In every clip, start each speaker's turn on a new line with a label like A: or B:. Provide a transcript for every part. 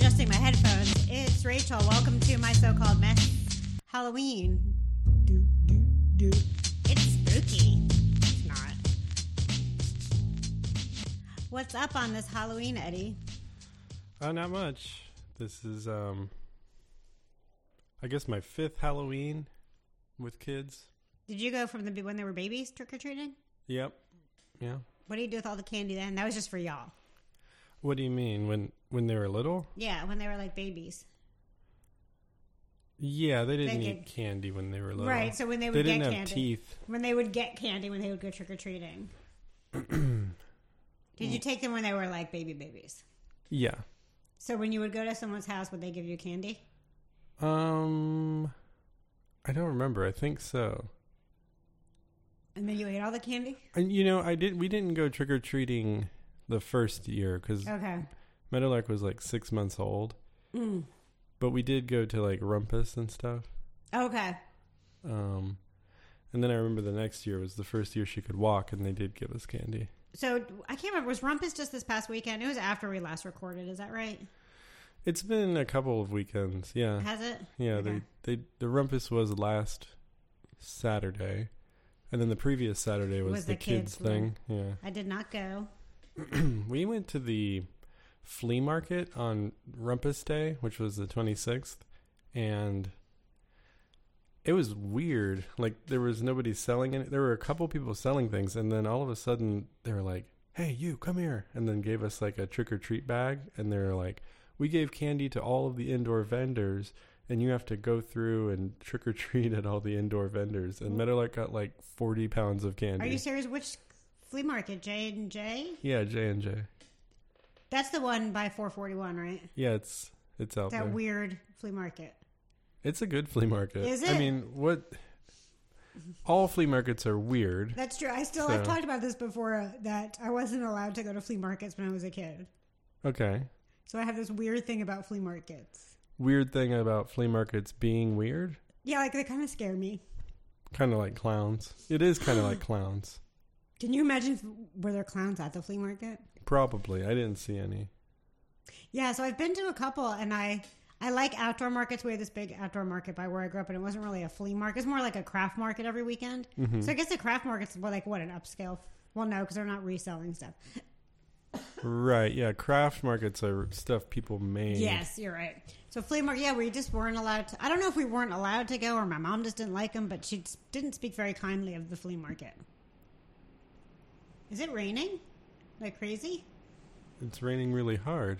A: losing my headphones. It's Rachel. Welcome to my so called mess Halloween. Do, do, do. It's spooky. It's not. What's up on this Halloween, Eddie?
B: Uh, not much. This is, um, I guess, my fifth Halloween with kids.
A: Did you go from the when they were babies trick or treating?
B: Yep. Yeah.
A: What do you do with all the candy then? That was just for y'all.
B: What do you mean when when they were little?
A: Yeah, when they were like babies.
B: Yeah, they didn't
A: They
B: eat
A: could-
B: candy when they were little.
A: Right, so when they would
B: didn't
A: get
B: have
A: candy.
B: teeth.
A: When they would get candy when they would go trick or treating. Did you take them when they were like baby babies?
B: Yeah.
A: So when you would go to someone's house, would they give you candy?
B: Um, I don't remember. I think so.
A: And then you ate all the candy?
B: And you know, I did. We didn't go trick or treating the first year because
A: Okay.
B: Meadowlark was like six months old.
A: Mm.
B: But we did go to like Rumpus and stuff.
A: Okay.
B: Um, and then I remember the next year was the first year she could walk, and they did give us candy.
A: So I can't remember. Was Rumpus just this past weekend? It was after we last recorded. Is that right?
B: It's been a couple of weekends, yeah,
A: Has it?
B: yeah.
A: Okay.
B: They they the Rumpus was last Saturday, and then the previous Saturday was,
A: Was
B: the,
A: the
B: kids,
A: kids' one.
B: thing. Yeah,
A: I did not go.
B: we went to the flea market on Rumpus Day, which was the twenty sixth, and it was weird. Like there was nobody selling it. There were a couple people selling things, and then all of a sudden they were like, "Hey, you, come here!" and then gave us like a trick or treat bag, and they were like, "We gave candy to all of the indoor vendors." And you have to go through and trick or treat at all the indoor vendors. And Meadowlark got like forty pounds of candy.
A: Are you serious? Which flea market? J and J?
B: yeah, J and J.
A: That's the one by 441, right?
B: Yeah, it's it's out
A: That
B: there.
A: weird flea market.
B: It's a good flea market.
A: Is
B: I
A: it?
B: mean, what? All flea markets are weird.
A: That's true. I still I've
B: So-
A: talked about this before uh, that I wasn't allowed to go to flea markets when I was a kid.
B: Okay.
A: So I have this weird thing about flea markets.
B: Weird thing about flea markets being weird,
A: Yeah, like they kind of scare me.
B: kind of like clowns. It is kind of like clowns.
A: Can you imagine if, were there clowns at the flea market?
B: Probably. I didn't see any.
A: Yeah, so I've been to a couple, and I I like outdoor markets. We had this big outdoor market by where I grew up, and it wasn't really a flea market. It's more like a craft market every weekend. So I guess the craft market's more like what an upscale. Well, no, because they're not reselling stuff.
B: Right. Yeah. Craft markets are stuff people made.
A: Yes, you're right. So flea market, yeah, we just weren't allowed to. I don't know if we weren't allowed to go, or my mom just didn't like them, but she s- didn't speak very kindly of the flea market. Is it raining? Like crazy?
B: It's raining really hard.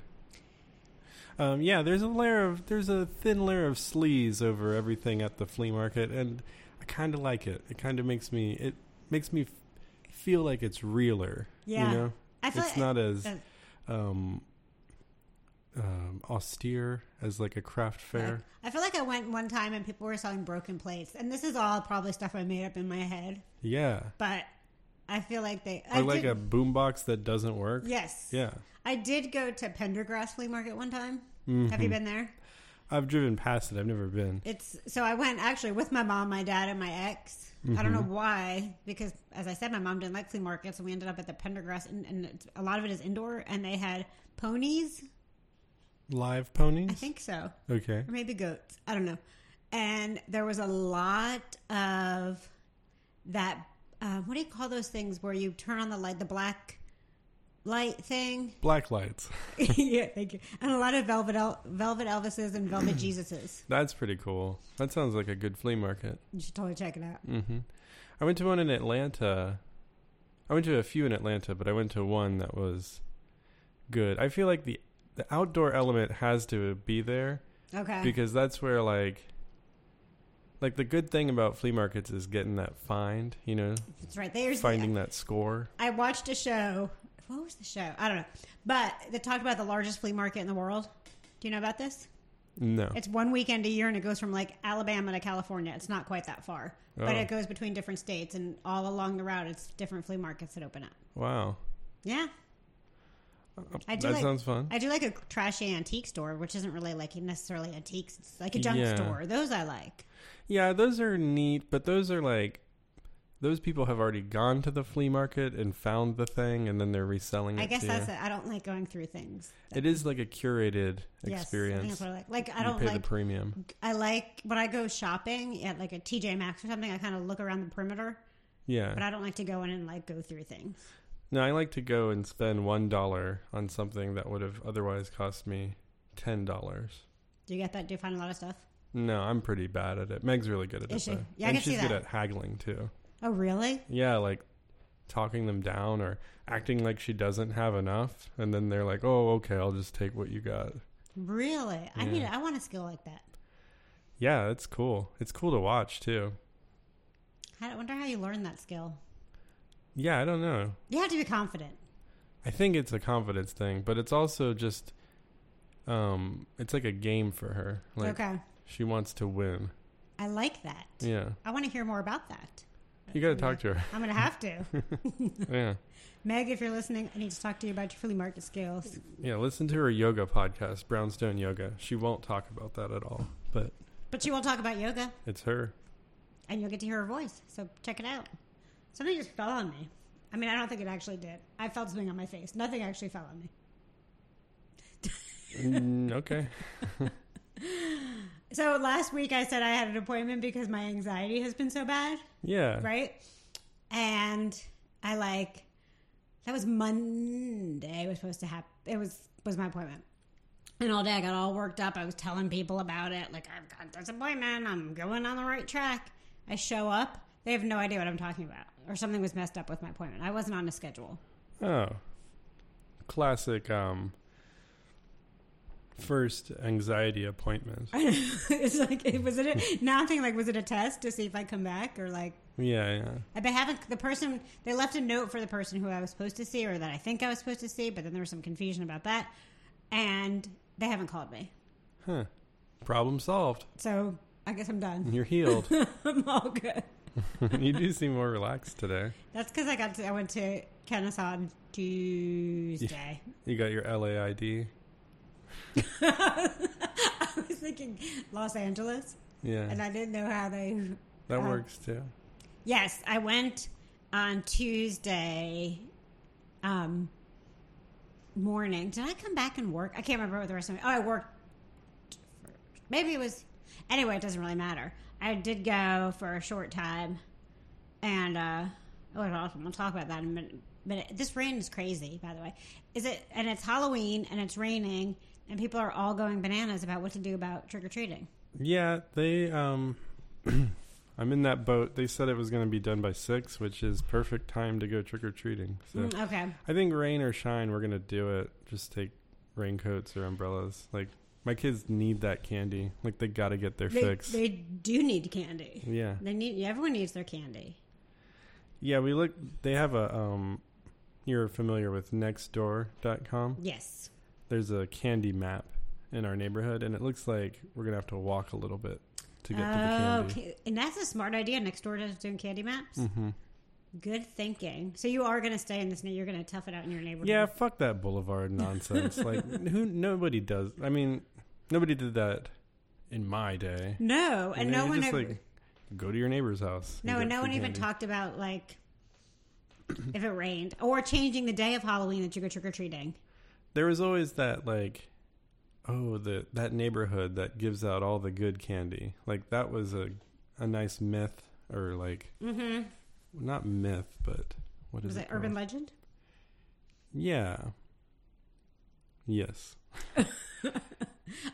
B: Um, yeah, there's a layer of there's a thin layer of sleaze over everything at the flea market, and I kind of like it. It kind of makes me it makes me f- feel like it's realer.
A: Yeah.
B: you know,
A: I feel
B: it's
A: like-
B: not as
A: uh,
B: um, um, austere as like a craft fair.
A: I feel like I went one time and people were selling broken plates, and this is all probably stuff I made up in my head.
B: Yeah,
A: but I feel like they.
B: or
A: I
B: like
A: did,
B: a boombox that doesn't work.
A: yes.
B: yeah.
A: I did go to Pendergrass Flea Market one time.
B: Mm-hmm.
A: Have you been there?
B: I've driven past it. I've never been.
A: It's so I went actually with my mom, my dad, and my ex. I don't know
B: Mm-hmm.
A: why, because as I said, my mom didn't like flea markets, and we ended up at the Pendergrass, and, and it's- a lot of it is indoor. And they had ponies,
B: Live ponies.
A: I think so,
B: Okay.
A: or maybe goats. I don't know. And there was a lot of that. Uh, what do you call those things where you turn on the light, the black light thing?
B: Black lights.
A: yeah, thank you. And a lot of velvet El- velvet Elvises and velvet Jesuses.
B: That's pretty cool. That sounds like a good flea market.
A: You should totally check it out.
B: hmm I went to one in Atlanta. I went to a few in Atlanta, but I went to one that was good. I feel like the the outdoor element has to be there
A: Okay.
B: because that's where like like the good thing about flea markets is getting that find, you know,
A: That's right. There's
B: finding that score.
A: I watched a show. What was the show? I don't know. But they talked about the largest flea market in the world. Do you know about this?
B: No.
A: It's one weekend a year and it goes from like Alabama to California. It's not quite that far. But
B: Oh.
A: it goes between different states and all along the route it's different flea markets that open up.
B: Wow.
A: Yeah. I do
B: that
A: like-
B: sounds fun.
A: I do like a trashy antique store, which isn't really like necessarily antiques. It's like a junk
B: Yeah.
A: store. Those I like.
B: Yeah, those are neat, but those are like those people have already gone to the flea market and found the thing, and then they're reselling it.
A: I guess
B: to
A: that's
B: you.
A: it. I don't like going through things.
B: It is like a curated
A: Yes, I think
B: experience.
A: that's what I like. Like I
B: you
A: don't
B: pay
A: like.
B: the premium.
A: I like when I go shopping at like a TJ Maxx or something. I kind of look around the perimeter,
B: Yeah.
A: but I don't like to go in and like go through things.
B: No, I like to go and spend one dollar on something that would have otherwise cost me ten dollars.
A: Do you get that? Do you find a lot of stuff?
B: No, I'm pretty bad at it. Meg's really good at it.
A: Is she?
B: though.
A: Yeah, I
B: and
A: can see
B: she's good
A: that.
B: at haggling too.
A: Oh, really?
B: Yeah, like talking them down or acting like she doesn't have enough, and then they're like, "Oh, okay, I'll just take what you got."
A: Really? I need.
B: Yeah.
A: I want a skill like that.
B: Yeah, it's cool. It's cool to watch too.
A: How- I wonder how you learn that skill.
B: Yeah, I don't know.
A: You have to be confident.
B: I think it's a confidence thing, but it's also just um it's like a game for her. Like
A: okay,
B: she wants to win.
A: I like that.
B: Yeah.
A: I want to hear more about that.
B: You got to talk to her.
A: I'm gonna have to.
B: Yeah.
A: Meg, if you're listening, I need to talk to you about your flea market skills.
B: Yeah, listen to her yoga podcast, Brownstone Yoga. She won't talk about that at all, but
A: But she won't talk about yoga,
B: it's her.
A: and you'll get to hear her voice. So check it out. Something just fell on me. I mean, I don't think it actually did. I felt something on my face. Nothing actually fell on me.
B: Mm, okay.
A: So last week I said I had an appointment because my anxiety has been so bad.
B: Yeah.
A: right? And I like that was Monday was supposed to happen. It was was my appointment. And all day I got all worked up. I was telling people about it. Like I've got this appointment. I'm going on the right track. I show up. They have no idea what I'm talking about, or something was messed up with my appointment. I wasn't on a schedule.
B: Oh. Classic um first anxiety appointment.
A: it's like it was it. A, now I'm thinking like, was it a test to see if I come back or like
B: Yeah, yeah.
A: I bet haven't the person they left a note for the person who I was supposed to see or that I think I was supposed to see, but then there was some confusion about that, and they haven't called me.
B: Huh. Problem solved.
A: So I guess I'm done.
B: You're healed.
A: I'm all good.
B: you do seem more relaxed today.
A: That's because I got to, I went to Kennesaw on Tuesday.
B: You got your LAID.
A: I was thinking Los Angeles, and
B: Yeah.
A: I didn't know how they.
B: That
A: uh,
B: works too.
A: Yes, I went on Tuesday. Um. Morning. Did I come back and work? I can't remember what the rest of it. Oh, I worked maybe it was anyway it doesn't really matter i did go for a short time and uh oh it's awesome we'll talk about that in a minute but this rain is crazy by the way is it and it's halloween and it's raining and people are all going bananas about what to do about trick-or-treating
B: Yeah, they um I'm in that boat. They said it was going to be done by 6, which is perfect time to go trick or treating. So
A: Mm, okay
B: I think rain or shine, we're gonna do it. Just take raincoats or umbrellas. Like my kids need that candy. Like they gotta get their
A: they,
B: fix.
A: they do need candy
B: yeah,
A: they need everyone needs their candy
B: yeah. We look. They have a. um You're familiar with Nextdoor.com.
A: yes
B: There's a candy map in our neighborhood, and it looks like we're gonna have to walk a little bit to get to the candy.
A: Oh,
B: Hmm. Mm-hmm.
A: okay. and that's a smart idea next door to doing candy maps good thinking so you are going to stay in this you're going to tough it out in your neighborhood
B: Yeah, fuck that boulevard nonsense. like who? Nobody does. I mean, nobody did that in my day.
A: No, and
B: You know,
A: no
B: you
A: one
B: just,
A: ever,
B: like, go to your neighbor's house. and
A: no, and
B: get
A: no
B: free
A: one even
B: candy.
A: talked about like if it rained or changing the day of Halloween that you go trick or treating.
B: there was always that like oh the that neighborhood that gives out all the good candy like that was a a nice myth or like
A: Mm-hmm.
B: not myth but what is
A: Was
B: it,
A: it urban
B: called?
A: legend?
B: yeah yes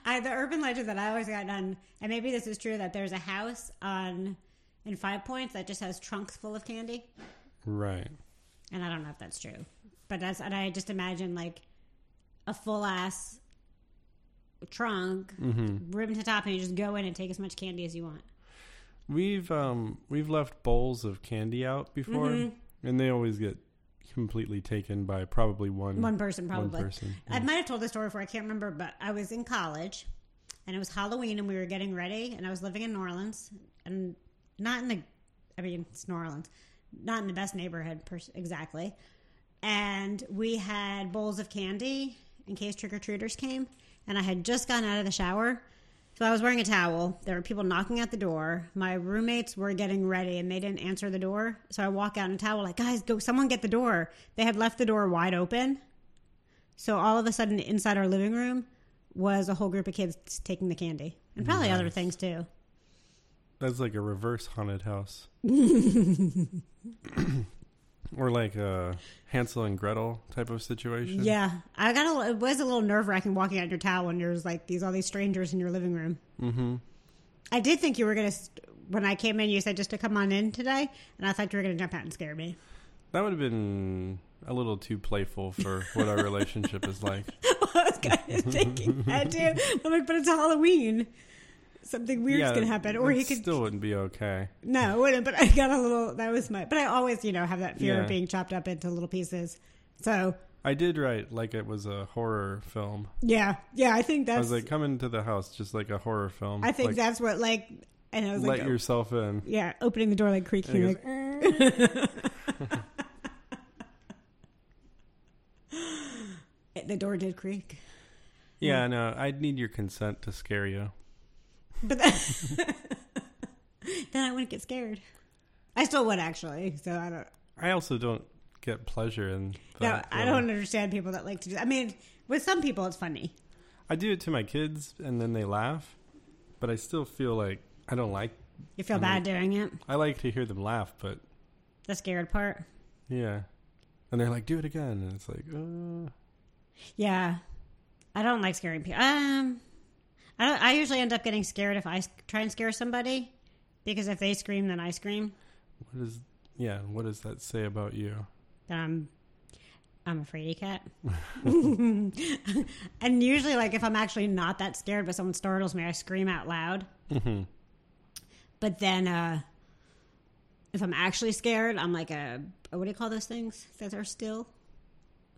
A: I, the urban legend that I always got on, and maybe this is true that there's a house on in Five Points that just has trunks full of candy,
B: right
A: and I don't know if that's true, but that's and I just imagine like a full ass trunk,
B: Mm-hmm.
A: rim to top, and you just go in and take as much candy as you want.
B: we've um we've left bowls of candy out before
A: Mm-hmm.
B: and they always get completely taken by probably one
A: One person
B: one
A: probably.
B: person
A: I might have told this story before. I can't remember, but I was in college, and it was Halloween, and we were getting ready, and I was living in New Orleans, and not in the, I mean, it's New Orleans, not in the best neighborhood per- exactly, and we had bowls of candy in case trick or treaters came, and I had just gotten out of the shower, So I was wearing a towel. There were people knocking at the door. My roommates were getting ready and they didn't answer the door. So I walk out in a towel, like, guys, go, someone get the door. They had left the door wide open. So all of a sudden, inside our living room was a whole group of kids taking the candy and probably other
B: Nice.
A: things too.
B: That's like a reverse haunted house. or like a Hansel and Gretel type of situation.
A: Yeah, I got a. It was a little nerve wracking walking out in your towel when there's like these all these strangers in your living room. Mm-hmm. I did think you were gonna. St- when I came in, you said just to come on in today, and I thought you were gonna jump out and scare me.
B: That would have been a little too playful for what our relationship is like.
A: I was kind of thinking that too. I'm like, but it's Halloween. Something weird's
B: yeah,
A: gonna happen, or
B: it
A: he could
B: still wouldn't be okay.
A: no, it wouldn't. But I got a little. That was my. But I always, you know, have that fear
B: Yeah.
A: of being chopped up into little pieces. So
B: I did write like it was a horror film.
A: yeah, yeah, I think that's.
B: I was like, come into the house just like a horror film.
A: I think
B: like,
A: that's what like. And I was
B: let
A: like,
B: yourself in.
A: yeah, opening the door like creaking,
B: And he
A: like. "Er."
B: goes,
A: The door did creak.
B: Yeah, no, I'd need your consent to scare you.
A: But that, then I wouldn't get scared. I still would actually. So I don't.
B: I also don't get pleasure in
A: No,
B: that.
A: I
B: really.
A: don't understand people that like to do. I mean, with some people it's funny.
B: I do it to my kids and then they laugh, but I still feel like I don't like
A: You feel
B: Mhm.
A: bad doing it.
B: I like to hear them laugh, but
A: The scared part.
B: yeah. And they're like, do it again. And it's like, uh,
A: Yeah, I don't like scaring people. Um, I don't. I usually end up getting scared if I s- try and scare somebody, because if they scream, then I scream.
B: what is, yeah, what does that say about you?
A: Then I'm, I'm a fraidy cat. and usually, like if I'm actually not that scared, but someone startles me, I scream out loud.
B: Mm-hmm.
A: But then, uh, if I'm actually scared, I'm like a what do you call those things that are still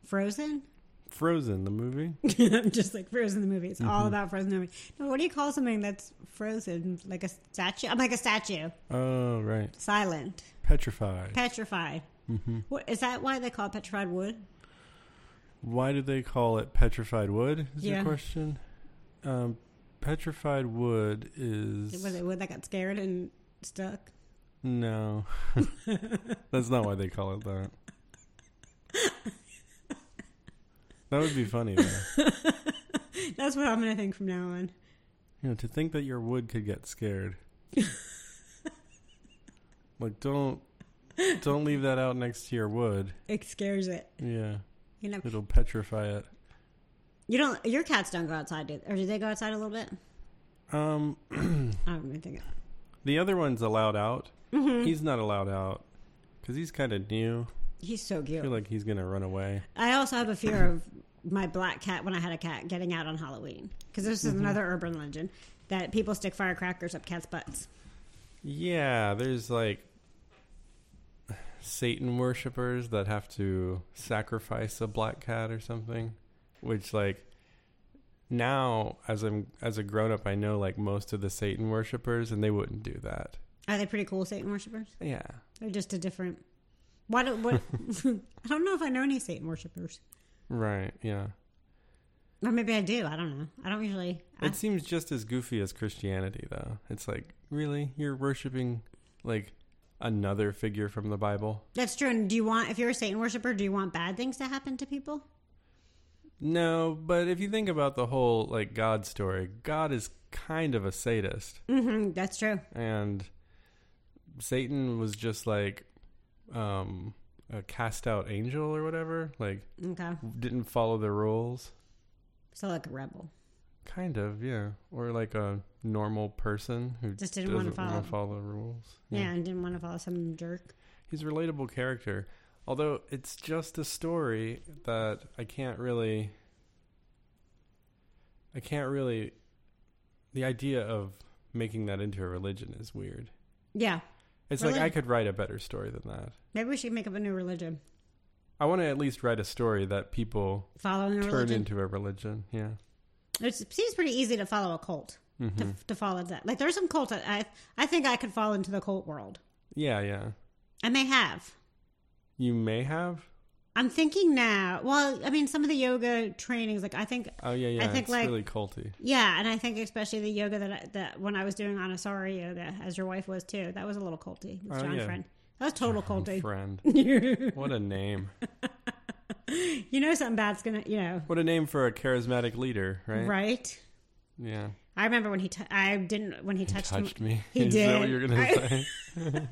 A: frozen?
B: Frozen, the movie?
A: I'm just like frozen the movie. It's all about frozen the movie. No, what do you call something that's frozen? Like a statue? I'm like a statue,
B: oh, right.
A: silent,
B: Petrified. Mm-hmm.
A: petrified. What, is that why they call it petrified wood?
B: Why do they call it petrified wood? Is
A: Yeah.
B: your question? Um, petrified wood is
A: Was it wood that got scared and stuck?
B: no. That's not why they call it that. That would be funny. Though.
A: That's what I'm gonna think from now on.
B: You know, to think that your wood could get scared. like, don't don't leave that out next to your wood.
A: It scares it.
B: Yeah,
A: You know,
B: it'll petrify it.
A: you don't. Your cats don't go outside, do, or do they go outside a little bit?
B: Um,
A: I don't even think. it-
B: the other one's allowed out. He's not allowed out because he's kind of new.
A: He's so
B: I
A: cute.
B: feel like he's gonna run away.
A: I also have a fear of my black cat when I had a cat getting out on Halloween because this is another urban legend that people stick firecrackers up cats' butts.
B: Yeah, there's like Satan worshippers that have to sacrifice a black cat or something, which like now as I'm as a grown up I know like most of the Satan worshippers and they wouldn't do that.
A: Are they pretty cool Satan worshippers?
B: Yeah.
A: They're just a different. Why do what? I don't know if I know any Satan worshippers,
B: Right, yeah.
A: or maybe I do. I don't know. I don't usually. I,
B: It seems just as goofy as Christianity though. It's like, really? You're worshiping like another figure from the Bible?
A: that's true. And do you want if you're a Satan worshipper, do you want bad things to happen to people?
B: No, but if you think about the whole like God story, God is kind of a sadist.
A: hmm
B: Mm-hmm.
A: that's true.
B: and Satan was just like um, a cast out angel or whatever, like
A: Okay,
B: didn't follow the rules,
A: so like a rebel.
B: kind of, yeah, or like a normal person who
A: Just didn't wanna
B: doesn't wanna
A: follow.
B: follow the rules.
A: Yeah, and didn't want to follow some jerk.
B: he's a relatable character, although it's just a story that I can't really, I can't really. The idea of making that into a religion is weird.
A: Yeah,
B: It's like
A: Really?
B: I could write a better story than that.
A: maybe we should make up a new religion.
B: I want to at least write a story that people
A: Following a
B: turn
A: religion.
B: into a religion. Yeah.
A: It seems pretty easy to follow a cult.
B: Mm-hmm.
A: To, to follow that, like there's some cults that I I think I could fall into the cult world.
B: Yeah, yeah.
A: I may have.
B: You may have.
A: I'm thinking now. Well, I mean, some of the yoga trainings, like I think,
B: Oh yeah, yeah.
A: I think,
B: it's
A: like-
B: really culty.
A: yeah, and I think especially the yoga that I, that when I was doing Anasari yoga, as your wife was too, that was a little culty. With
B: Oh,
A: John
B: yeah.
A: Friend, that was total culty.
B: Friend.
A: you
B: What a name.
A: know, something bad's gonna, you know,
B: What a name for a charismatic leader, right?
A: right?
B: Yeah.
A: I remember when he, t- I didn't when he touched,
B: Touched me.
A: He
B: Is that what
A: did.
B: you're gonna
A: I-
B: say?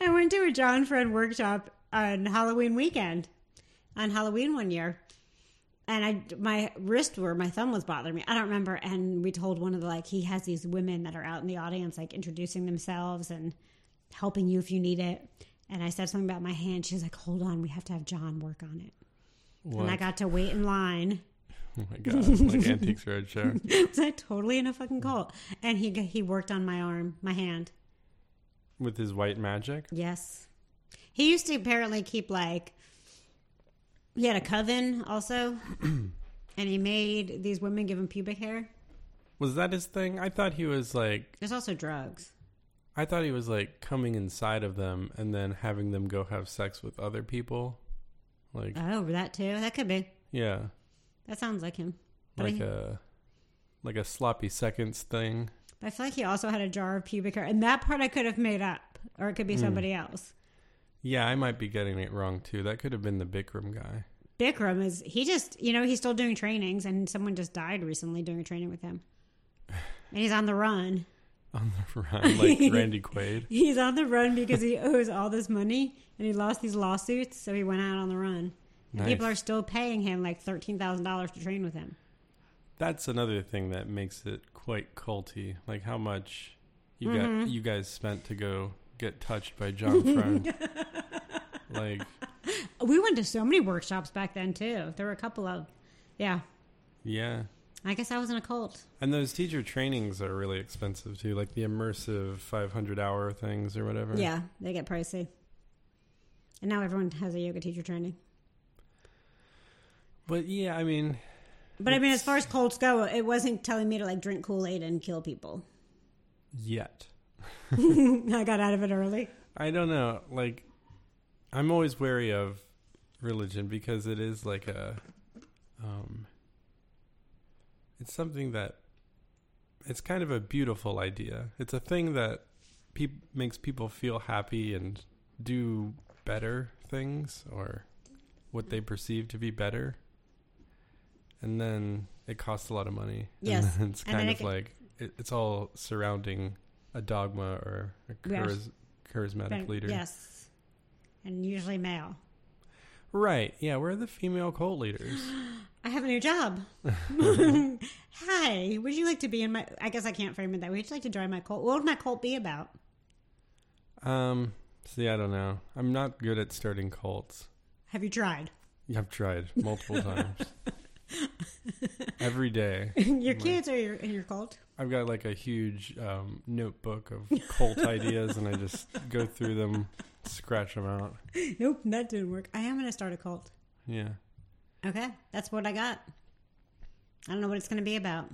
A: I went to a John Fred workshop on Halloween weekend, on Halloween one year, and I my wrist where my thumb was bothering me. I don't remember. And we told one of the like he has these women that are out in the audience like introducing themselves and helping you if you need it. And I said something about my hand. She was like, "Hold on, we have to have John work on it."
B: What?
A: And I got to wait in line.
B: oh my god, like Antiques Roadshow.
A: was I totally in a fucking cult? And he he worked on my arm, my hand.
B: With his white magic?
A: Yes. He used to apparently keep like he had a coven also and he made these women give him pubic hair.
B: Was that his thing? I thought he was like
A: There's also drugs.
B: I thought he was like coming inside of them and then having them go have sex with other people. Like
A: Oh, that too. That could be.
B: yeah.
A: That sounds like him. But,
B: Like
A: he,
B: a like a sloppy seconds thing.
A: but I feel like he also had a jar of pubic hair. And that part I could have made up. Or it could
B: Hmm.
A: be somebody else.
B: Yeah, I might be getting it wrong too. That could have been the Bikram guy.
A: Bikram is he just you know, he's still doing trainings and someone just died recently doing a training with him. And he's on the run.
B: on the run, like Randy Quaid.
A: He's on the run because he owes all this money and he lost these lawsuits, so he went out on the run. And
B: Nice.
A: people are still paying him like thirteen thousand dollars to train with him.
B: That's another thing that makes it quite culty. Like how much you got you guys spent to go get touched by John Friend. like
A: We went to so many workshops back then too. There were a couple of, yeah.
B: yeah.
A: I guess I was in a cult.
B: And those teacher trainings are really expensive too, like the immersive 500 hour things or whatever.
A: Yeah, they get pricey. And now everyone has a yoga teacher training.
B: But yeah, I mean,
A: But I mean, as far as cults go, it wasn't telling me to like drink Kool Aid and kill people.
B: yet.
A: I got out of it early.
B: I don't know. Like, I'm always wary of religion because it is like a, um, it's something that, it's kind of a beautiful idea. It's a thing that peop makes people feel happy and do better things or what they perceive to be better. And then it costs a lot of money.
A: Yes.
B: And then it's
A: And then
B: kind
A: it
B: of
A: ca-
B: like, it, it's all surrounding a dogma or a
A: Yes.
B: charis- charismatic
A: But-
B: leader.
A: Yes, and usually male.
B: Right. Yeah, we're the female cult leaders.
A: I have a new job. Hi, would you like to be in my? I guess I can't frame it that way. Would you like to join my cult? What would my cult be about?
B: Um, see, I don't know. I'm not good at starting cults.
A: Have you tried?
B: I've tried multiple times. Every day.
A: your kids are your, in your cult.
B: I've got like a huge um, notebook of cult ideas and I just go through them, scratch them out.
A: Nope, that didn't work. I am going to start a cult.
B: Yeah.
A: Okay, that's what I got. I don't know what it's going to be about.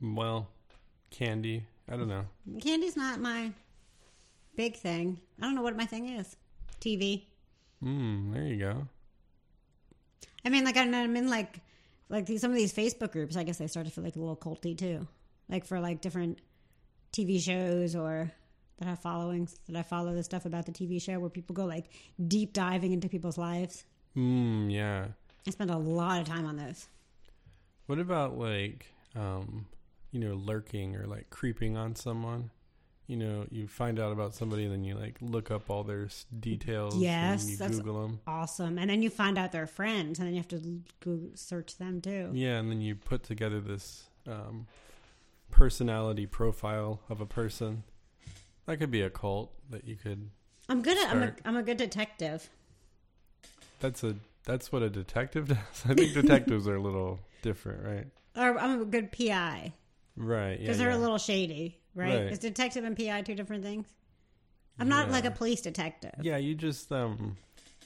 B: Well, candy. I don't know.
A: Candy's not my big thing. I don't know what my thing is. TV.
B: Mm, there you go.
A: I mean, like I'm, I'm in like like these, some of these Facebook groups. I guess they started to feel like a little culty too, like for like different TV shows or that have followings. That I follow the stuff about the TV show where people go like deep diving into people's lives.
B: Mm, yeah.
A: I spend a lot of time on those.
B: What about like um you know lurking or like creeping on someone? You know, you find out about somebody and then you like look up all their s- details
A: Yes,
B: and you
A: that's-
B: Google them.
A: Awesome, and then you find out they're friends, and then you have to go search them too.
B: Yeah, and then you put together this um personality profile of a person. That could be a cult that you could
A: I'm good at. I'm a,
B: Start.
A: I'm a good detective.
B: That's a that's what a detective does. I think detectives are a little different, right?
A: Or I'm a good PI
B: Right. Yeah.
A: because they're
B: yeah.
A: a little shady, right?
B: Right.
A: Is detective and PI two different things? I'm not like
B: Yeah.
A: a police detective.
B: Yeah, you just um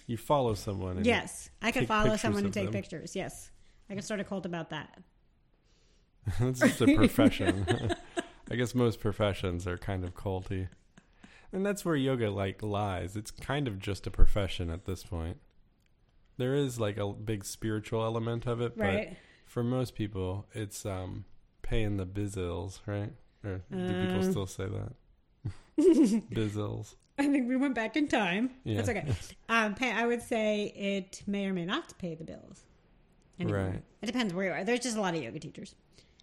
B: you follow someone and
A: Yes, I could
B: take
A: follow
B: pictures
A: someone and
B: of
A: take
B: them.
A: pictures. Yes, I could start a cult about that.
B: That's just a profession. I guess most professions are kind of culty. And that's where yoga like lies. It's kind of just a profession at this point. There is like a big spiritual element of it,
A: Right.
B: but for most people, it's um paying the bizills, right? Or do people
A: Um.
B: still say that? bizills.
A: I think we went back in time.
B: Yeah.
A: That's okay. Um, pay, I would say it may or may not pay the bills.
B: Right.
A: It depends where you are. There's just a lot of yoga teachers,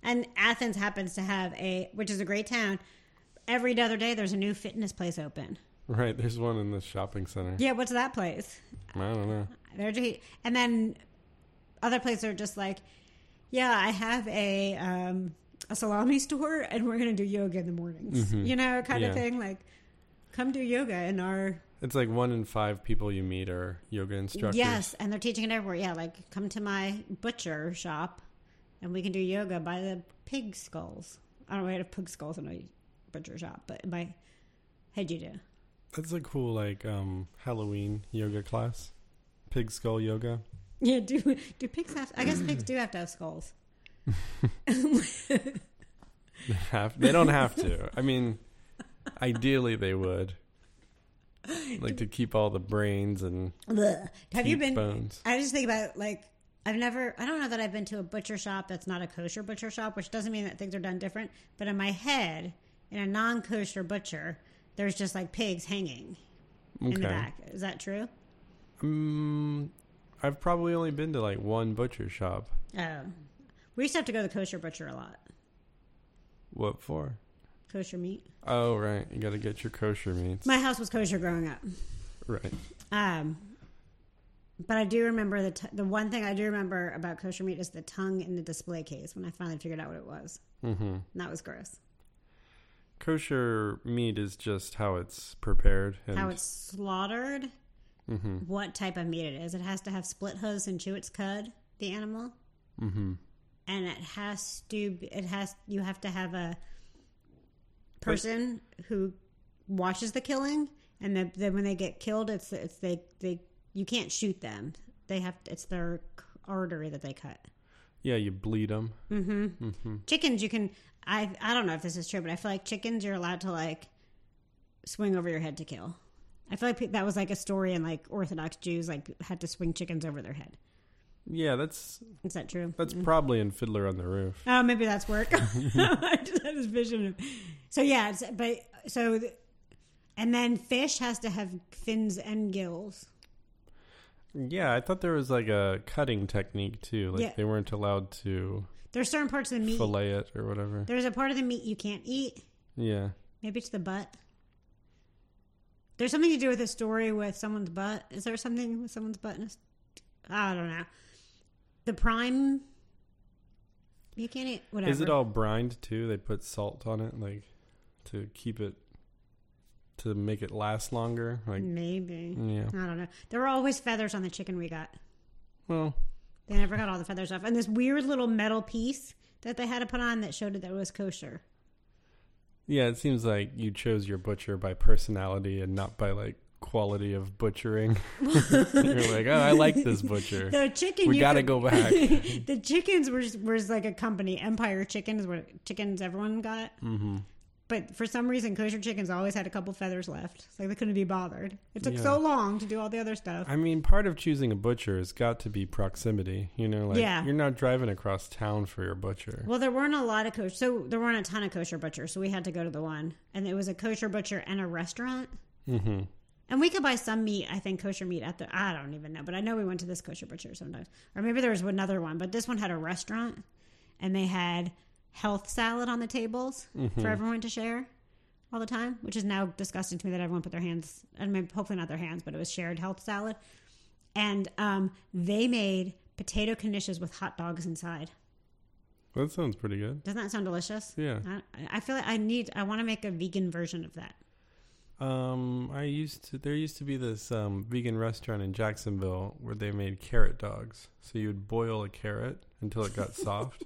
A: and Athens happens to have a, which is a great town. Every other day, there's a new fitness place open.
B: Right, there's one in the shopping center.
A: Yeah, what's that place?
B: I don't know.
A: They're just, and then other places are just like, yeah, I have a um, a salami store, and we're gonna do yoga in the mornings. You know, kind
B: Yeah.
A: of thing. Like, come do yoga in our
B: It's like one in five people you meet are yoga instructors.
A: Yes, and they're teaching it everywhere. Yeah, like come to my butcher shop, and we can do yoga by the pig skulls. I don't know have pig skulls in a butcher shop, but my head you do.
B: That's a cool like um Halloween yoga class. Pig skull yoga.
A: Yeah, do do pigs have? I guess pigs do have to have skulls.
B: Have they don't have to. I mean ideally they would. Like to keep all the brains and
A: Blech. Have you been?
B: bones.
A: I just think about like I've never. I don't know that I've been to a butcher shop that's not a kosher butcher shop, which doesn't mean that things are done different. But in my head, in a non-kosher butcher, there's just like pigs hanging in the
B: Okay.
A: back. Is that true?
B: Um, I've probably only been to like one butcher shop.
A: Oh. We used to have to go to the kosher butcher a lot.
B: What for?
A: Kosher meat.
B: Oh right, you got to get your kosher meats.
A: My house was kosher growing up.
B: Right.
A: Um, but I do remember the t- the one thing I do remember about kosher meat is the tongue in the display case when I finally figured out what it was.
B: Mhm.
A: And that was gross.
B: Kosher meat is just how it's prepared and
A: How it's slaughtered, what type of meat it is. It has to have split hooves and chew its cud, the animal.
B: Mhm.
A: And it has to, be- it has, you have to have a person who watches the killing. And then then when they get killed, it's, it's, they, they, you can't shoot them. They have, it's their artery that they cut.
B: Yeah, you bleed them.
A: chickens you can i i don't know if this is true but i feel like chickens you're allowed to like swing over your head to kill i feel like pe- that was like a story and like orthodox jews like had to swing chickens over their head
B: Yeah, that's
A: is that true Mm.
B: that's probably in Fiddler on the Roof.
A: oh maybe that's work i just had this vision of so yeah it's, but so th- and then fish has to have fins and gills
B: Yeah, I thought there was like a cutting technique too. Like
A: Yeah.
B: they weren't allowed to
A: there's certain parts of the meat
B: fillet it or whatever.
A: there's a part of the meat you can't eat
B: Yeah.
A: Maybe it's the butt. There's something to do with a story with someone's butt. Is there something with someone's butt? In a, st- I don't know. The prime. You can't eat whatever.
B: Is it all brined too? They put salt on it, like to keep it to make it last longer. Like Mm.
A: Maybe.
B: yeah.
A: I don't know. There were always feathers on the chicken we got.
B: Well,
A: They never got all the feathers off. And this weird little metal piece that they had to put on that showed that it was kosher.
B: yeah, it seems like you chose your butcher by personality and not by like quality of butchering. You're like, oh, I like this butcher.
A: The chicken.
B: We
A: you
B: gotta
A: could-
B: go back.
A: the chickens were was like a company, Empire Chickens, where chickens everyone got. Mm-hmm. But for some reason, kosher chickens always had a couple feathers left. It's like they couldn't be bothered. It took
B: Yeah.
A: so long to do all the other stuff.
B: I mean, part of choosing a butcher has got to be proximity. You know, like
A: Yeah.
B: you're not driving across town for your butcher.
A: Well, there weren't a lot of kosher, so there weren't a ton of kosher butchers, so we had to go to the one, and it was a kosher butcher and a restaurant.
B: Mm-hmm.
A: And we could buy some meat, I think, kosher meat at the. I don't even know, but I know we went to this kosher butcher sometimes, or maybe there was another one, but this one had a restaurant, and they had health salad on the tables for everyone to share all the time, which is now disgusting to me that everyone put their hands. I mean, hopefully not their hands, but it was shared health salad, and um, they made potato knishes with hot dogs inside.
B: That sounds pretty good.
A: Doesn't that sound delicious?
B: Yeah.
A: I, I feel like I need. I want to make a vegan version of that.
B: Um, I used to. There used to be this um, vegan restaurant in Jacksonville where they made carrot dogs. So you would boil a carrot until it got soft,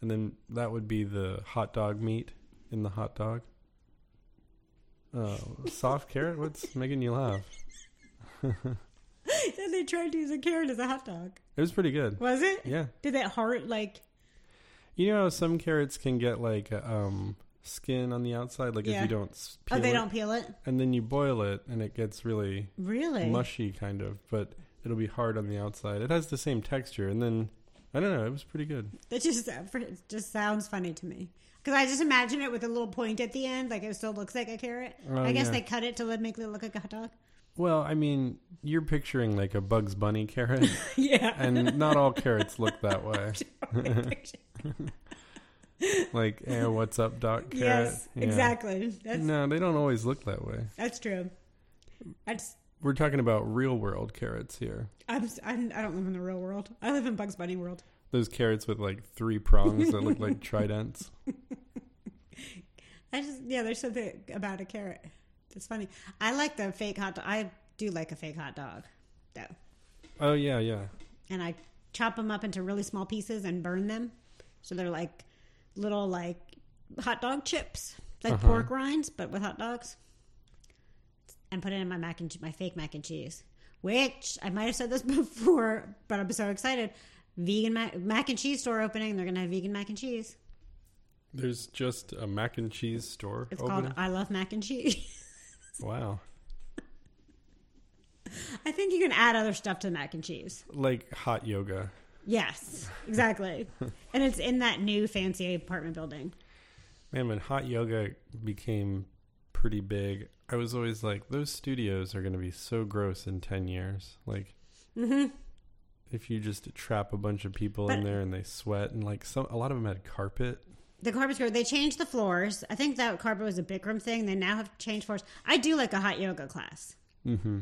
B: and then that would be the hot dog meat in the hot dog. Oh, soft carrot? What's making you laugh?
A: then they tried to use a carrot as a hot dog.
B: It was pretty good.
A: Was it?
B: Yeah.
A: Did that heart like?
B: You know how some carrots can get like a, um skin on the outside, like if
A: Yeah.
B: you don't s-
A: oh,
B: peel
A: they
B: it,
A: don't peel it.
B: and then you boil it, and it gets really
A: Really?
B: mushy, kind of, but it'll be hard on the outside. It has the same texture, and then I don't know. It was pretty good.
A: That just just sounds funny to me because I just imagine it with a little point at the end, like it still looks like a carrot.
B: Oh,
A: I guess
B: yeah.
A: they cut it to let- make it look like a hot dog.
B: Well, I mean, you're picturing like a Bugs Bunny carrot,
A: yeah,
B: and not all carrots look that way. Like, eh, what's up, Doc Carrot?
A: yes,
B: Yeah.
A: exactly. That's
B: No, they don't always look that way.
A: that's true. That's
B: We're talking about real world carrots here.
A: I'm, I'm I don't live in the real world. I live in Bugs Bunny world.
B: Those carrots with like three prongs that look like tridents.
A: I just yeah, there's something about a carrot. That's funny. I like the fake hot. dog. I do like a fake hot dog though,
B: Oh yeah, yeah.
A: and I chop them up into really small pieces and burn them, so they're like little like hot dog chips, like
B: Uh-huh.
A: pork rinds, but with hot dogs. And put it in my mac and che- my fake mac and cheese, which I might have said this before, but I'm so excited. Vegan mac, mac and cheese store opening. They're gonna have vegan mac and cheese.
B: There's just a mac and cheese store.
A: It's
B: opening.
A: called I Love Mac and Cheese.
B: Wow.
A: I think you can add other stuff to the mac and cheese.
B: Like hot yoga.
A: Yes, exactly. and it's in that new fancy apartment building.
B: Man, when hot yoga became pretty big, I was always like, those studios are going to be so gross in 10 years. Like,
A: Mm-hmm.
B: if you just trap a bunch of people in
A: But-
B: there and they sweat, and like some, a lot of them had carpet.
A: The carpet's great. They changed the floors. I think that carpet was a Bikram thing. They now have changed floors. I do like a hot yoga class.
B: Mm-hmm.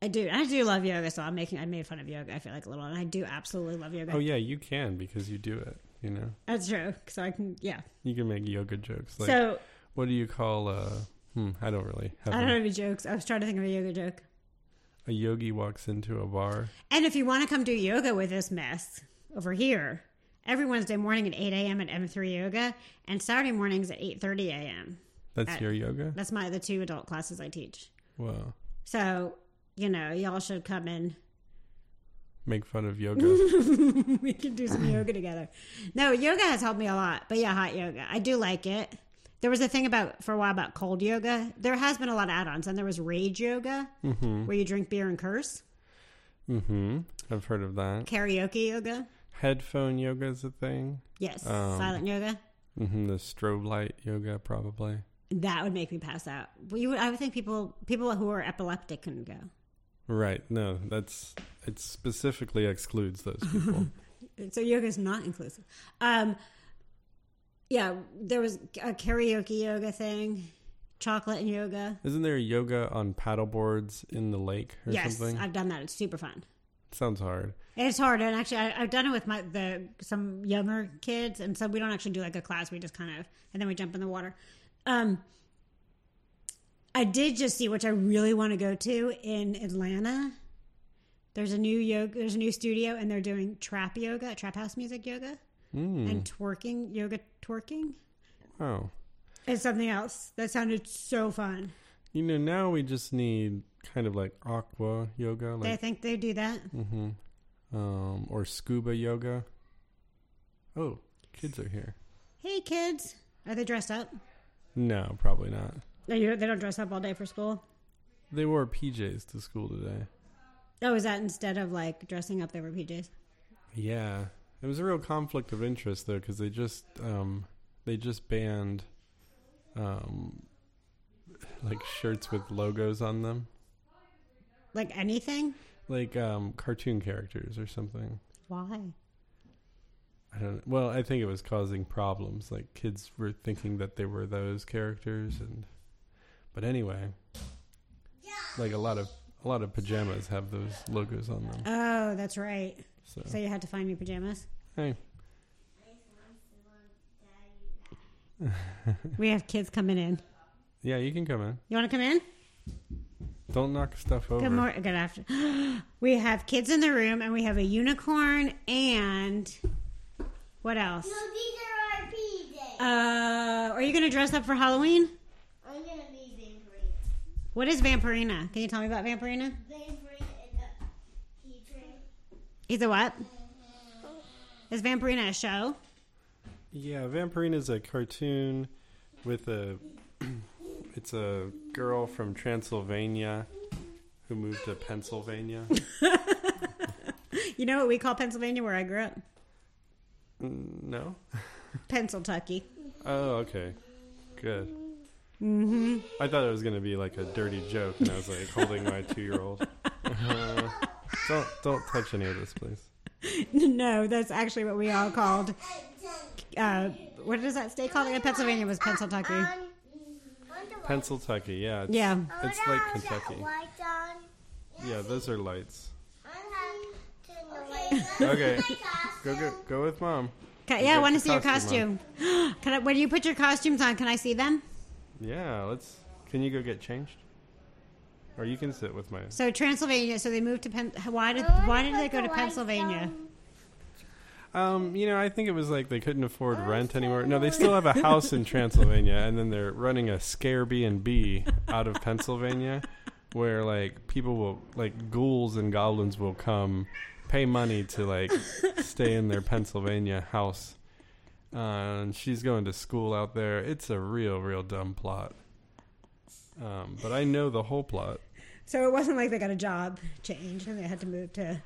A: I do. I do love yoga, so I'm making I made fun of yoga. I feel like a little, and I do absolutely love yoga.
B: Oh, yeah, you can because you do it, you know?
A: That's true. So I can, yeah.
B: You can make yoga jokes. Like,
A: so
B: what do you call, uh, hmm, I don't really have
A: I don't
B: a,
A: have any jokes. I was trying to think of a yoga joke.
B: a yogi walks into a bar.
A: And if you want to come do yoga with this mess over here, every Wednesday morning at 8 a.m. at M3 Yoga and Saturday mornings at 8.30 a.m.
B: That's
A: At-
B: your yoga?
A: That's my the two adult classes I teach.
B: Wow.
A: So, you know, y'all should come in.
B: Make fun of yoga.
A: we can do some yoga together. No, yoga has helped me a lot. But yeah, hot yoga. I do like it. There was a thing about for a while about cold yoga. There has been a lot of add-ons and there was rage yoga where you drink beer and curse.
B: mm-hmm. I've heard of that.
A: Karaoke yoga.
B: Headphone yoga is a thing.
A: Yes.
B: Um,
A: Silent yoga.
B: hmm the strobe light yoga, probably.
A: That would make me pass out. Well, you would, I would think people people who are epileptic can go.
B: Right. No, that's it. Specifically excludes those people.
A: So yoga is not inclusive. Um, yeah, there was a karaoke yoga thing, chocolate and yoga.
B: Isn't there yoga on paddle boards in the lake or
A: yes,
B: something?
A: I've done that. It's super fun.
B: Sounds hard.
A: It's hard, and actually, I, I've done it with my the some younger kids, and so we don't actually do like a class. We just kind of and then we jump in the water. Um, I did just see, which I really want to go to in Atlanta. There's a new yoga. There's a new studio, and they're doing trap yoga, trap house music yoga,
B: Mm,
A: and twerking yoga twerking.
B: Oh,
A: It's something else. That sounded so fun.
B: you know, now we just need kind of like aqua yoga,
A: I
B: like Mm. mm-hmm.
A: think they do that.
B: um, or scuba yoga. Oh, kids are here.
A: Hey, kids. Are they dressed up?
B: No, probably not.
A: No, you don't, they don't dress up all day for school.
B: They wore PJs to school today.
A: Oh, is that instead of like dressing up, they were PJs?
B: Yeah, it was a real conflict of interest though, because they just um, they just banned um, like shirts with logos on them,
A: Like anything?
B: like um, cartoon characters or something.
A: Why?
B: I don't. Well, I think it was causing problems. Like kids were thinking that they were those characters, and but anyway, like a lot of a lot of pajamas have those logos on them.
A: Oh, that's right.
B: So,
A: So you had to find new pajamas?
B: hey,
A: We have kids coming in.
B: yeah, you can come in.
A: You want to come in?
B: Don't knock stuff over.
A: Good morning. Good after. We have kids in the room, and we have a unicorn, and what else?
C: So these are our PJs.
A: Uh, are you going to dress up for Halloween?
C: I'm gonna be Vampirina.
A: What is Vampirina? Can you tell me about Vampirina?
C: Vampirina is a PJ.
A: He's a what? Is Vampirina a show?
B: Yeah, Vampirina is a cartoon with a. It's a girl from Transylvania who moved to Pennsylvania.
A: You know what we call Pennsylvania where I grew up?
B: Mm, no.
A: Pennsyltucky.
B: Oh, okay. Good. Mm-hmm. I thought it was going to be like a dirty joke, and I was like holding my two-year-old. Uh, don't don't touch any of this, please.
A: no, that's actually what we all called. Uh, what is that state called in Pennsylvania? Was Pennsyltucky?
B: Pennsyltucky, yeah. It's,
A: Yeah.
B: It's like Kentucky. Yeah, those are lights. Okay. Go go go with mom.
A: Ca- yeah, I
B: Get
A: want to
B: your
A: see your costume.
B: costume
A: can I, when you put your costumes on, can I see them?
B: Yeah, let's. Can you go get changed? Or you can sit with my.
A: So Transylvania. So they moved to Penn. Why did Why did they go to Pennsylvania?
B: Um, you know, I think it was like they couldn't afford rent anymore. No, they still have a house in Transylvania, and then they're running a scare B and B out of Pennsylvania, where like people will like ghouls and goblins will come, pay money to like stay in their Pennsylvania house. Uh, and she's going to school out there. It's a real, real dumb plot. Um, but I know the whole plot.
A: So it wasn't like they got a job change and they had to move to.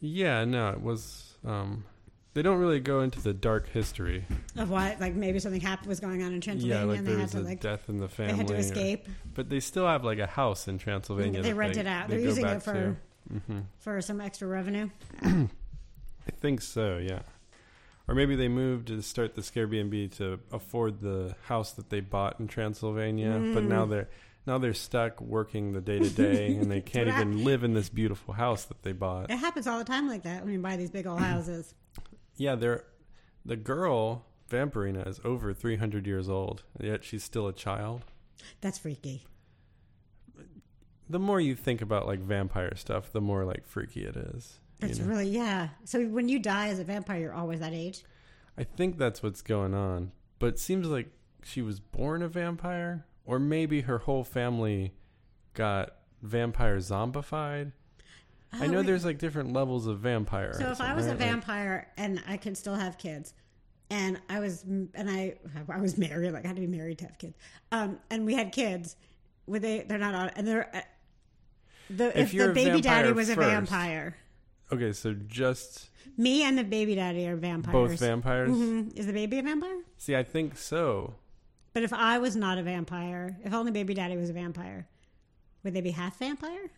B: Yeah, no, it was. Um, they don't really go into the dark history.
A: Of what? Like maybe something happened was going on in Transylvania
B: Yeah, like
A: and they
B: there
A: had
B: was
A: to
B: a
A: like
B: death in the
A: they
B: family.
A: had to
B: or-
A: escape.
B: but they still have like a house in Transylvania.
A: They
B: that
A: rent it out.
B: they
A: They're
B: go
A: using it
B: back
A: for
B: to. Mm-hmm.
A: for some extra revenue.
B: I think so. Yeah, or maybe they moved to start this Airbnb to afford the house that they bought in Transylvania. But now
A: Mm.
B: they're now they're stuck working the day to day, and they can't
A: That's
B: even live in this beautiful house that they bought.
A: It happens all the time like that when you buy these big
B: Mm-hmm.
A: old houses.
B: Yeah, they're the girl Vampirina is over three hundred years old, yet she's still a child.
A: That's freaky.
B: the more you think about like vampire stuff, the more like freaky it is. you
A: That's
B: know?
A: really yeah. So when you die as a vampire, you're always that age.
B: I think that's what's going on. But it seems like she was born a vampire, or maybe her whole family got vampire zombified. I know
A: wait.
B: there's like different levels of vampire.
A: Oh, So
B: or
A: if I
B: something,
A: was a
B: right? Like-
A: vampire and I could still have kids, and I was and I I was married, like I had to be married to have kids, um, and we had kids, would they? They're not on, and they're. Uh, the, if,
B: If
A: the
B: you're a
A: baby daddy
B: vampire
A: was a
B: first-
A: vampire,
B: okay, so just
A: me and the baby daddy are vampires.
B: both vampires.
A: Mhm. Is the baby a vampire?
B: See, I think so.
A: But if I was not a vampire, if only baby daddy was a vampire, would they be half vampire?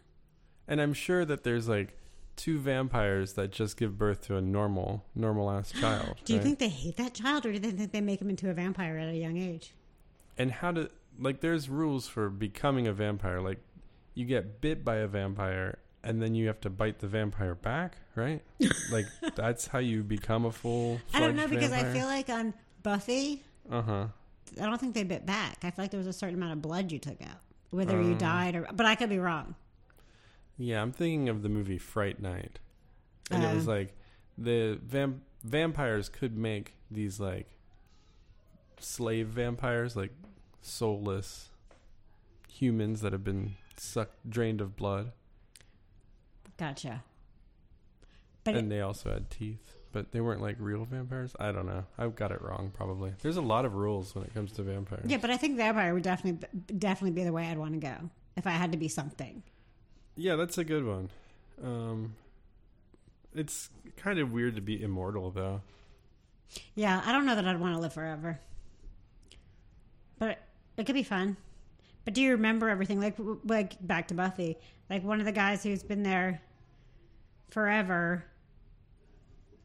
B: And I'm sure that there's like two vampires that just give birth to a normal, normal ass child.
A: Do you
B: right?
A: think they hate that child, or do they think they make him into a vampire at a young age?
B: and how to like there's rules for becoming a vampire like you get bit by a vampire and then you have to bite the vampire back right like that's how you become a full
A: I don't know because I feel like on Buffy,
B: uh-huh
A: I don't think they bit back. I feel like there was a certain amount of blood you took out, whether you died or. But I could be wrong.
B: yeah i'm thinking of the movie fright night and it
A: Uh.
B: was like the vamp- vampires could make these like slave vampires like soulless humans that have been sucked drained of blood
A: Gotcha. But
B: and they also had teeth, but they weren't like real vampires. I don't know. I've got it wrong probably. There's a lot of rules when it comes to vampires.
A: yeah, but I think vampire would definitely definitely be the way I'd want to go if I had to be something.
B: Yeah, that's a good one. Um, it's kind of weird to be immortal though.
A: Yeah, I don't know that I'd want to live forever, but it could be fun. But do you remember everything? Like w- like back to Buffy, like one of the guys who's been there forever,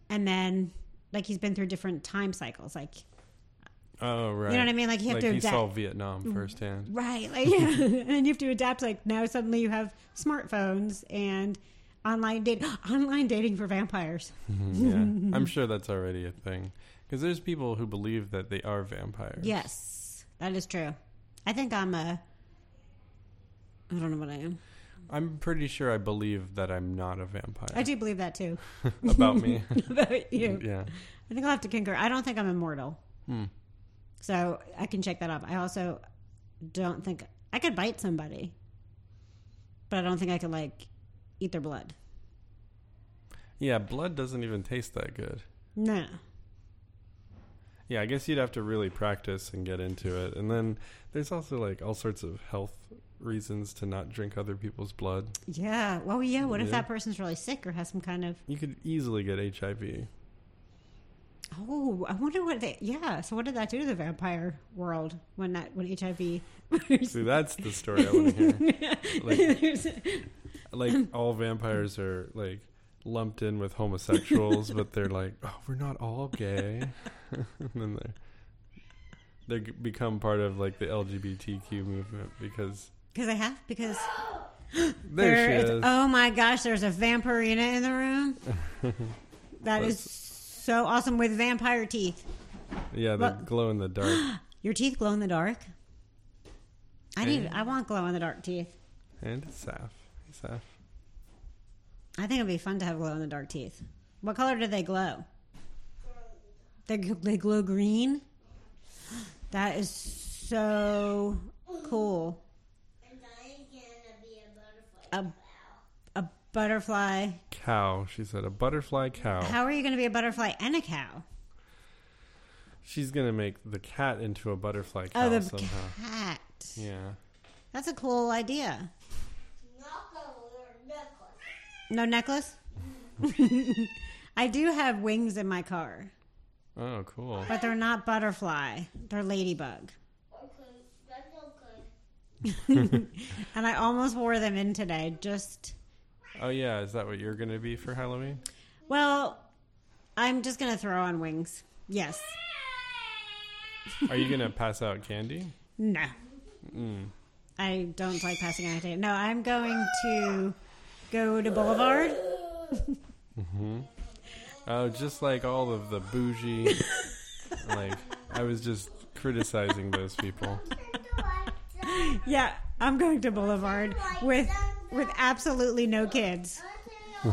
A: and then like he's been through different time cycles, like.
B: Oh right.
A: You know what I mean? Like you have
B: Like
A: to
B: he
A: adapt. Mm.
B: saw Vietnam firsthand.
A: Right. Like, yeah. and then you have to adapt. Like now, suddenly you have smartphones and online date, online dating for vampires.
B: Mm-hmm. yeah, I'm sure that's already a thing because there's people who believe that they are vampires.
A: Yes, that is true. I think I'm a. I don't know what I am.
B: I'm pretty sure I believe that I'm not a vampire.
A: I do believe that too.
B: About me,
A: About you,
B: yeah.
A: I think I'll have to concur. I don't think I'm immortal,
B: Hmm.
A: so I can check that off. I also don't think I could bite somebody, but I don't think I could like eat their blood.
B: Yeah, blood doesn't even taste that good.
A: No.
B: Yeah, I guess you'd have to really practice and get into it. And then there's also like all sorts of health reasons to not drink other people's blood.
A: Yeah. Well, yeah. What if
B: Yeah.
A: that person's really sick or has some kind of
B: You could easily get HIV.
A: Oh, I wonder what they. Yeah. So what did that do to the vampire world when that when HIV?
B: See, that's the story I want to hear. Like- Like all vampires are like lumped in with homosexuals, but they're like, oh, we're not all gay. and then they they become part of like the LGBTQ movement because
A: because I have because
B: there, she
A: is-
B: is.
A: Oh my gosh, there's a vampirina in the room. That is so awesome with vampire teeth.
B: yeah, they
A: look.
B: glow in the dark.
A: Your teeth glow in the dark. I need. I want glow in the dark teeth.
B: And it's Saf. Hey, Saf.
A: I think it'd be fun to have glow in the dark teeth. What color do they glow? They, g- they glow green. That is so cool.
C: And I'm gonna be a butterfly.
A: A, a butterfly.
B: Cow. She said a butterfly cow.
A: How are you going to be a butterfly and a cow?
B: She's gonna make the cat into a butterfly cow
A: Oh, the
B: somehow.
A: cat.
B: Yeah.
A: That's a cool idea.
C: Knuckle or necklace.
A: No necklace? I do have wings in my car,
B: Oh, cool.
A: but they're not butterfly. They're ladybug.
C: Okay, that's okay.
A: And I almost wore them in today just
B: Oh yeah, is that what you're gonna be for Halloween?
A: Well, I'm just gonna throw on wings. Yes.
B: Are you gonna pass out candy?
A: No. I don't like passing out date. No, I'm going to go to Boulevard.
B: Oh, just like all of the bougie. like I was just criticizing those people.
A: Yeah, I'm going to Boulevard with with absolutely no kids.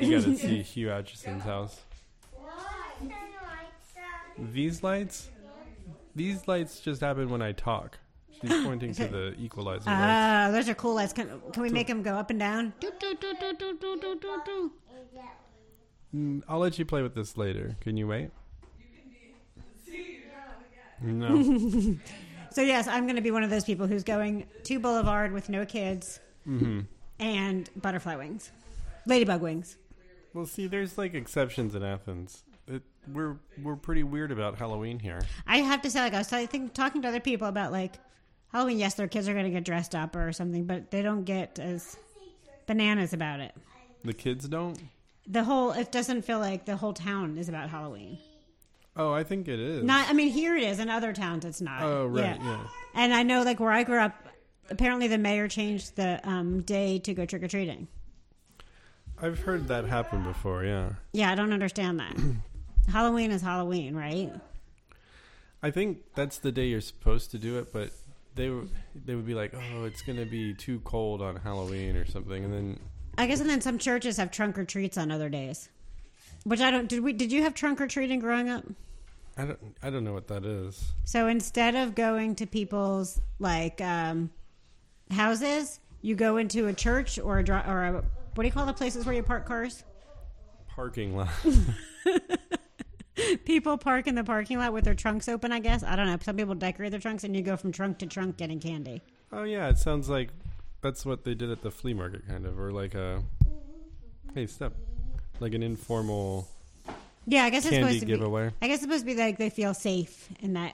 B: You gotta see Hugh Atchison's house. These lights, these lights just happen when I talk. She's pointing to the equalizer lights.
A: Ah, those are cool lights. Can, can we make them go up and down? Doot, doot, doot, doot, doot, doot, doot, doot, doot.
B: Mm, I'll let you play with this later. Can you wait? No.
A: So yes, I'm going to be one of those people who's going to Boulevard with no kids
B: Mm-hmm.
A: and butterfly wings, ladybug wings.
B: well, see, there's like exceptions in Athens. It, we're we're pretty weird about Halloween here.
A: I have to say, like I was t- I think, talking to other people about like Halloween. Yes, their kids are going to get dressed up or something, but they don't get as bananas about it.
B: The kids don't.
A: The whole it doesn't feel like the whole town is about Halloween.
B: Oh, I think it is.
A: Not, I mean, here it is. In other towns, it's not.
B: oh, right, yeah.
A: And I know, like where I grew up, apparently the mayor changed the um, day to go trick or treating.
B: I've heard that happen before. Yeah,
A: Yeah, I don't understand that. Halloween is Halloween, right?
B: I think that's the day you're supposed to do it, but they were they would be like, oh, it's gonna be too cold on Halloween or something, and then
A: I guess, and then some churches have trunk or treats on other days. Which I don't. Did we? Did you have trunk or treating growing up?
B: I don't I don't know what that is.
A: So instead of going to people's like um, houses, you go into a church or a dri- or a what do you call the places where you park cars?
B: Parking lot.
A: People park in the parking lot with their trunks open. I guess I don't know. Some people decorate their trunks, and you go from trunk to trunk getting candy.
B: Oh yeah, it sounds like that's what they did at the flea market, kind of, or like a hey step, like an informal
A: Yeah, I guess it's
B: candy
A: supposed to be.
B: giveaway.
A: I guess it's supposed to be like they feel safe in that.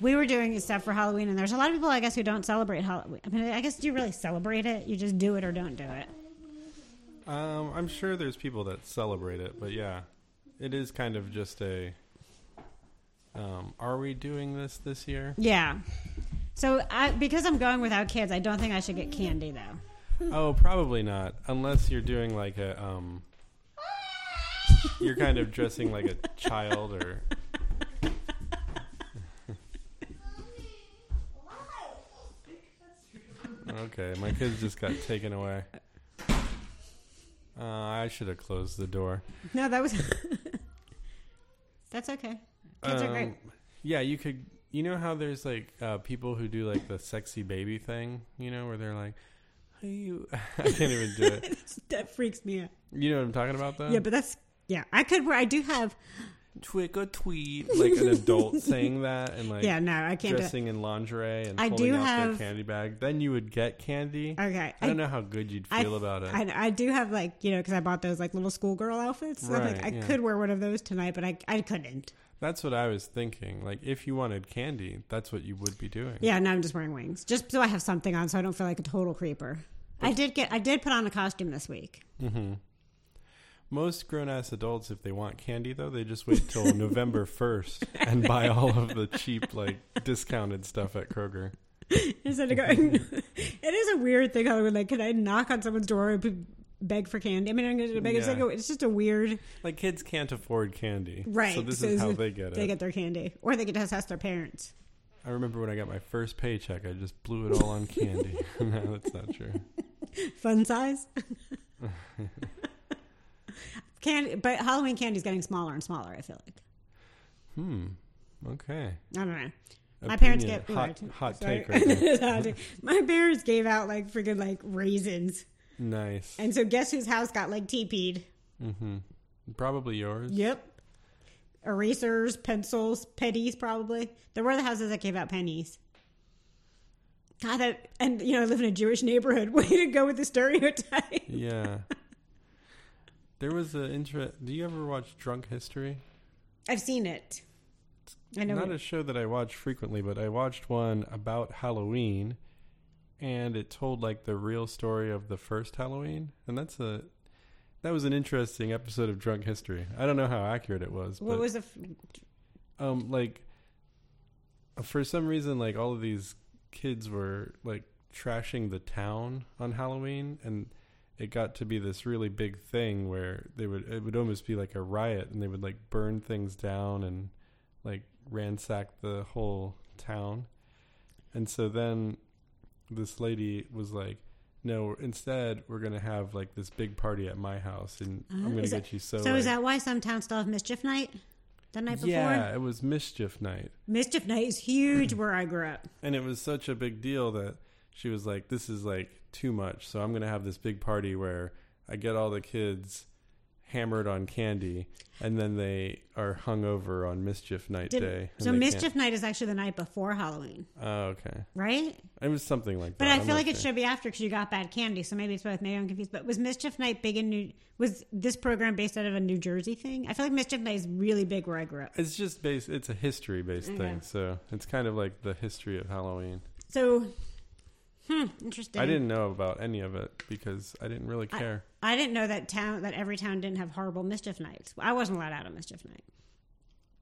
A: We were doing stuff for Halloween, and there's a lot of people, I guess, who don't celebrate Halloween. I mean, I guess do you really celebrate it? You just do it or don't do it.
B: Um, I'm sure there's people that celebrate it, but yeah, it is kind of just a. Um, are we doing this this year?
A: Yeah. So I, because I'm going without kids, I don't think I should get candy though.
B: Oh, probably not, unless you're doing like a um. You're kind of dressing like a child, or okay, my kids just got taken away. Uh, I should have closed the door.
A: No, that was. That's okay. Kids are great.
B: Um, Yeah, you could. You know how there's like uh, people who do like the sexy baby thing, you know, where they're like, "Hey, you," I can't even do it.
A: that freaks me out.
B: You know what I'm talking about, though.
A: Yeah, but that's yeah. I could wear. I do have.
B: trick or tweet, like an adult saying that, and like
A: yeah, no, I can't do it.
B: dressing in lingerie and
A: I
B: pulling
A: do
B: out
A: have-
B: their candy bag. Then you would get candy.
A: Okay.
B: I don't know how good you'd feel about it.
A: I, I do have like you know because I bought those like little schoolgirl outfits. So I'm like,
B: Right,
A: I
B: yeah.
A: could wear one of those tonight, but I I couldn't.
B: That's what I was thinking. Like, if you wanted candy, that's what you would be doing.
A: Yeah, now I'm just wearing wings, just so I have something on, so I don't feel like a total creeper. I did get I did put on a costume this week.
B: Most grown ass adults, if they want candy, though, they just wait till November 1st and buy all of the cheap, like, discounted stuff at Kroger.
A: Instead of going, it is a weird thing. Hollywood. Like, can I knock on someone's door and be- beg for candy? I mean, I'm going to beg. It's,
B: Yeah.
A: like, it's just a weird
B: Like, kids can't afford candy.
A: right.
B: So, this is how they get it.
A: They get their candy, or they get to ask their parents.
B: I remember when I got my first paycheck, I just blew it all on candy. no, that's not true.
A: Fun size. candy, but Halloween candy is getting smaller and smaller. I feel like.
B: Hmm. Okay.
A: I don't know. My parents
B: Opinion.
A: get
B: hot,
A: right.
B: hot
A: Sorry.
B: take right there.
A: Hot take. My parents gave out like freaking like raisins,
B: Nice.
A: and so guess whose house got like teepeed?
B: hmm Probably yours.
A: Yep. Erasers, pencils, pennies, probably. There were the houses that gave out pennies. God, that, and you know, I live in a Jewish neighborhood. Way to go with the stereotype.
B: Yeah. there was an interest. Do you ever watch Drunk History?
A: I've seen it. I know.
B: Not
A: it-
B: a show that I watch frequently, but I watched one about Halloween, and it told like the real story of the first Halloween, and that's a that was an interesting episode of Drunk History. I don't know how accurate it was,
A: what
B: but
A: was the? f-
B: um like for some reason like all of these kids were like trashing the town on Halloween and it got to be this really big thing where they would it would almost be like a riot and they would like burn things down and like ransack the whole town. And so then this lady was like no, instead we're gonna have like this big party at my house, and
A: Uh,
B: I'm gonna
A: is
B: get
A: that-
B: you so.
A: So is
B: like-
A: that why some towns still have mischief night? The night before,
B: yeah, it was mischief night,
A: mischief night is huge where I grew up.
B: and it was such a big deal that she was like this is like too much so i'm going to have this big party where i get all the kids hammered on candy and then they are hung over on mischief night
A: Did-
B: day and
A: so
B: they
A: mischief night is actually the night before Halloween,
B: can't- oh okay
A: right?
B: it was something like
A: But
B: that
A: I
B: I'm
A: feel
B: not
A: like it
B: sure.
A: should be after because you got bad candy, so maybe it's both. Maybe I'm confused. But was Mischief Night big in New? Was this program based out of a New Jersey thing? I feel like Mischief Night is really big where I grew up.
B: it's just based it's a history based
A: Mm-hmm.
B: thing so it's kind of like the history of halloween
A: So, hmm, interesting.
B: i didn't know about any of it because i didn't really care
A: I didn't know that town that every town didn't have horrible Mischief Nights. I wasn't allowed out on Mischief Night.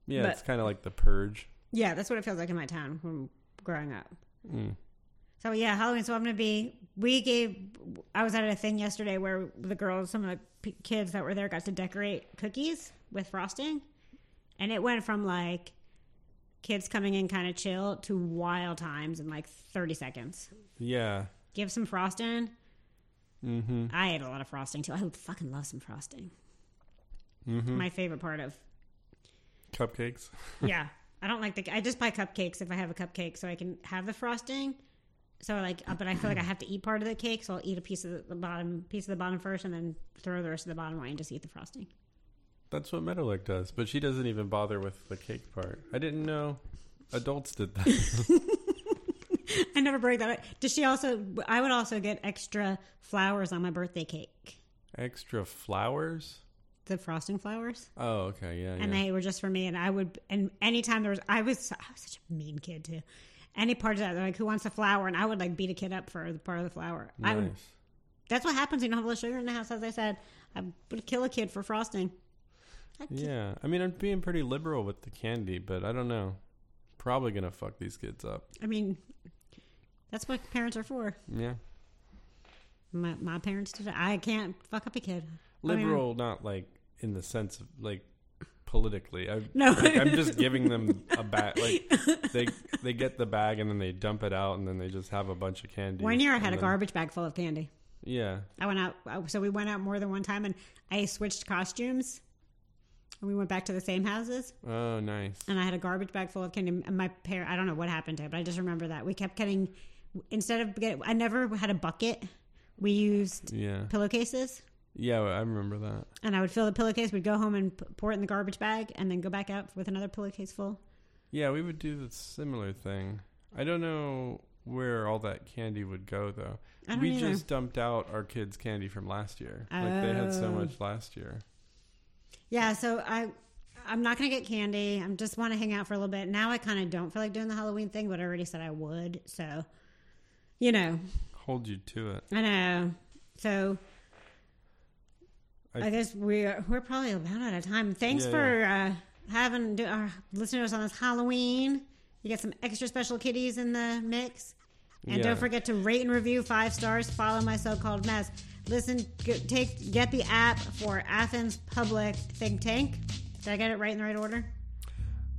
B: yeah
A: but-
B: it's kind of like the purge
A: Yeah, that's what it feels like in my town from growing up.
B: Mm.
A: So yeah, Halloween. So I'm gonna be. We gave. I was at a thing yesterday where the girls, some of the p- kids that were there, got to decorate cookies with frosting, and it went from like kids coming in kind of chill to wild times in like 30 seconds.
B: yeah
A: Give some frosting.
B: mm-hmm
A: I ate a lot of frosting too. I would fucking love some frosting.
B: Mm-hmm.
A: My favorite part of
B: cupcakes
A: yeah. I don't like the. I just buy cupcakes if I have a cupcake, so I can have the frosting. So like, uh, but I feel like I have to eat part of the cake, so I'll eat a piece of the bottom piece of the bottom first, and then throw the rest of the bottom away and just eat the frosting.
B: That's what Meadowlark does, but she doesn't even bother with the cake part. I didn't know adults did that.
A: I never break that. Does she also? I would also get extra flowers on my birthday cake,
B: Extra flowers?
A: the frosting flowers,
B: Oh, okay, yeah, yeah.
A: and they were just for me. And I would, and anytime there was, I was, I was such a mean kid too. Any part of that, they're like, who wants a flower? And I would like beat a kid up for the part of the flower. I would
B: nice.
A: That's what happens when you don't have a little sugar in the house. As I said, I would kill a kid for frosting. I ki-
B: yeah, I mean, I'm being pretty liberal with the candy, but I don't know. Probably gonna fuck these kids up.
A: I mean, that's what parents are for.
B: Yeah,
A: My, my parents did. it. I can't fuck up a kid. I mean-
B: liberal, not like in the sense of like politically. I,
A: No.
B: like, I'm just giving them a bag. Like they they get the bag and then they dump it out and then they just have a bunch of candy.
A: One year I
B: and
A: had a
B: then-
A: garbage bag full of candy.
B: Yeah,
A: I went out, I- so we went out more than one time, and I switched costumes, and we went back to the same houses.
B: oh nice.
A: and I had a garbage bag full of candy. And my parent, I don't know what happened to it, but I just remember that we kept getting instead of get, I never had a bucket. We used
B: Yeah,
A: pillowcases.
B: Yeah, I remember that.
A: And I would fill the pillowcase. We'd go home and p- pour it in the garbage bag, and then go back out with another pillowcase full.
B: Yeah, we would do the similar thing. I don't know where all that candy would go though.
A: I don't
B: we
A: either.
B: just dumped out our kids' candy from last year. Like they had so
A: Oh.
B: much last year.
A: Yeah, so I I'm not gonna get candy. I'm just want to hang out for a little bit. Now I kind of don't feel like doing the Halloween thing, but I already said I would. So, you know,
B: Hold you to it.
A: I know. So.
B: I-
A: I, guess we're we're probably about out of time. Thanks
B: Yeah,
A: for Uh, having do, uh, listening to us on this Halloween. You get some extra special kitties in the mix, and
B: Yeah.
A: don't forget to rate and review five stars. Follow my so-called mess. Listen, g- take get the app for Athens Public Think Tank. Did I get it right in the right order?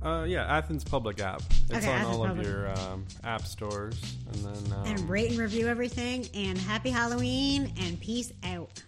B: Uh, yeah, Athens Public app. It's
A: Okay,
B: on
A: Athens
B: all
A: Public.
B: of your um, app stores, and then um,
A: And rate and review everything. And happy Halloween and peace out.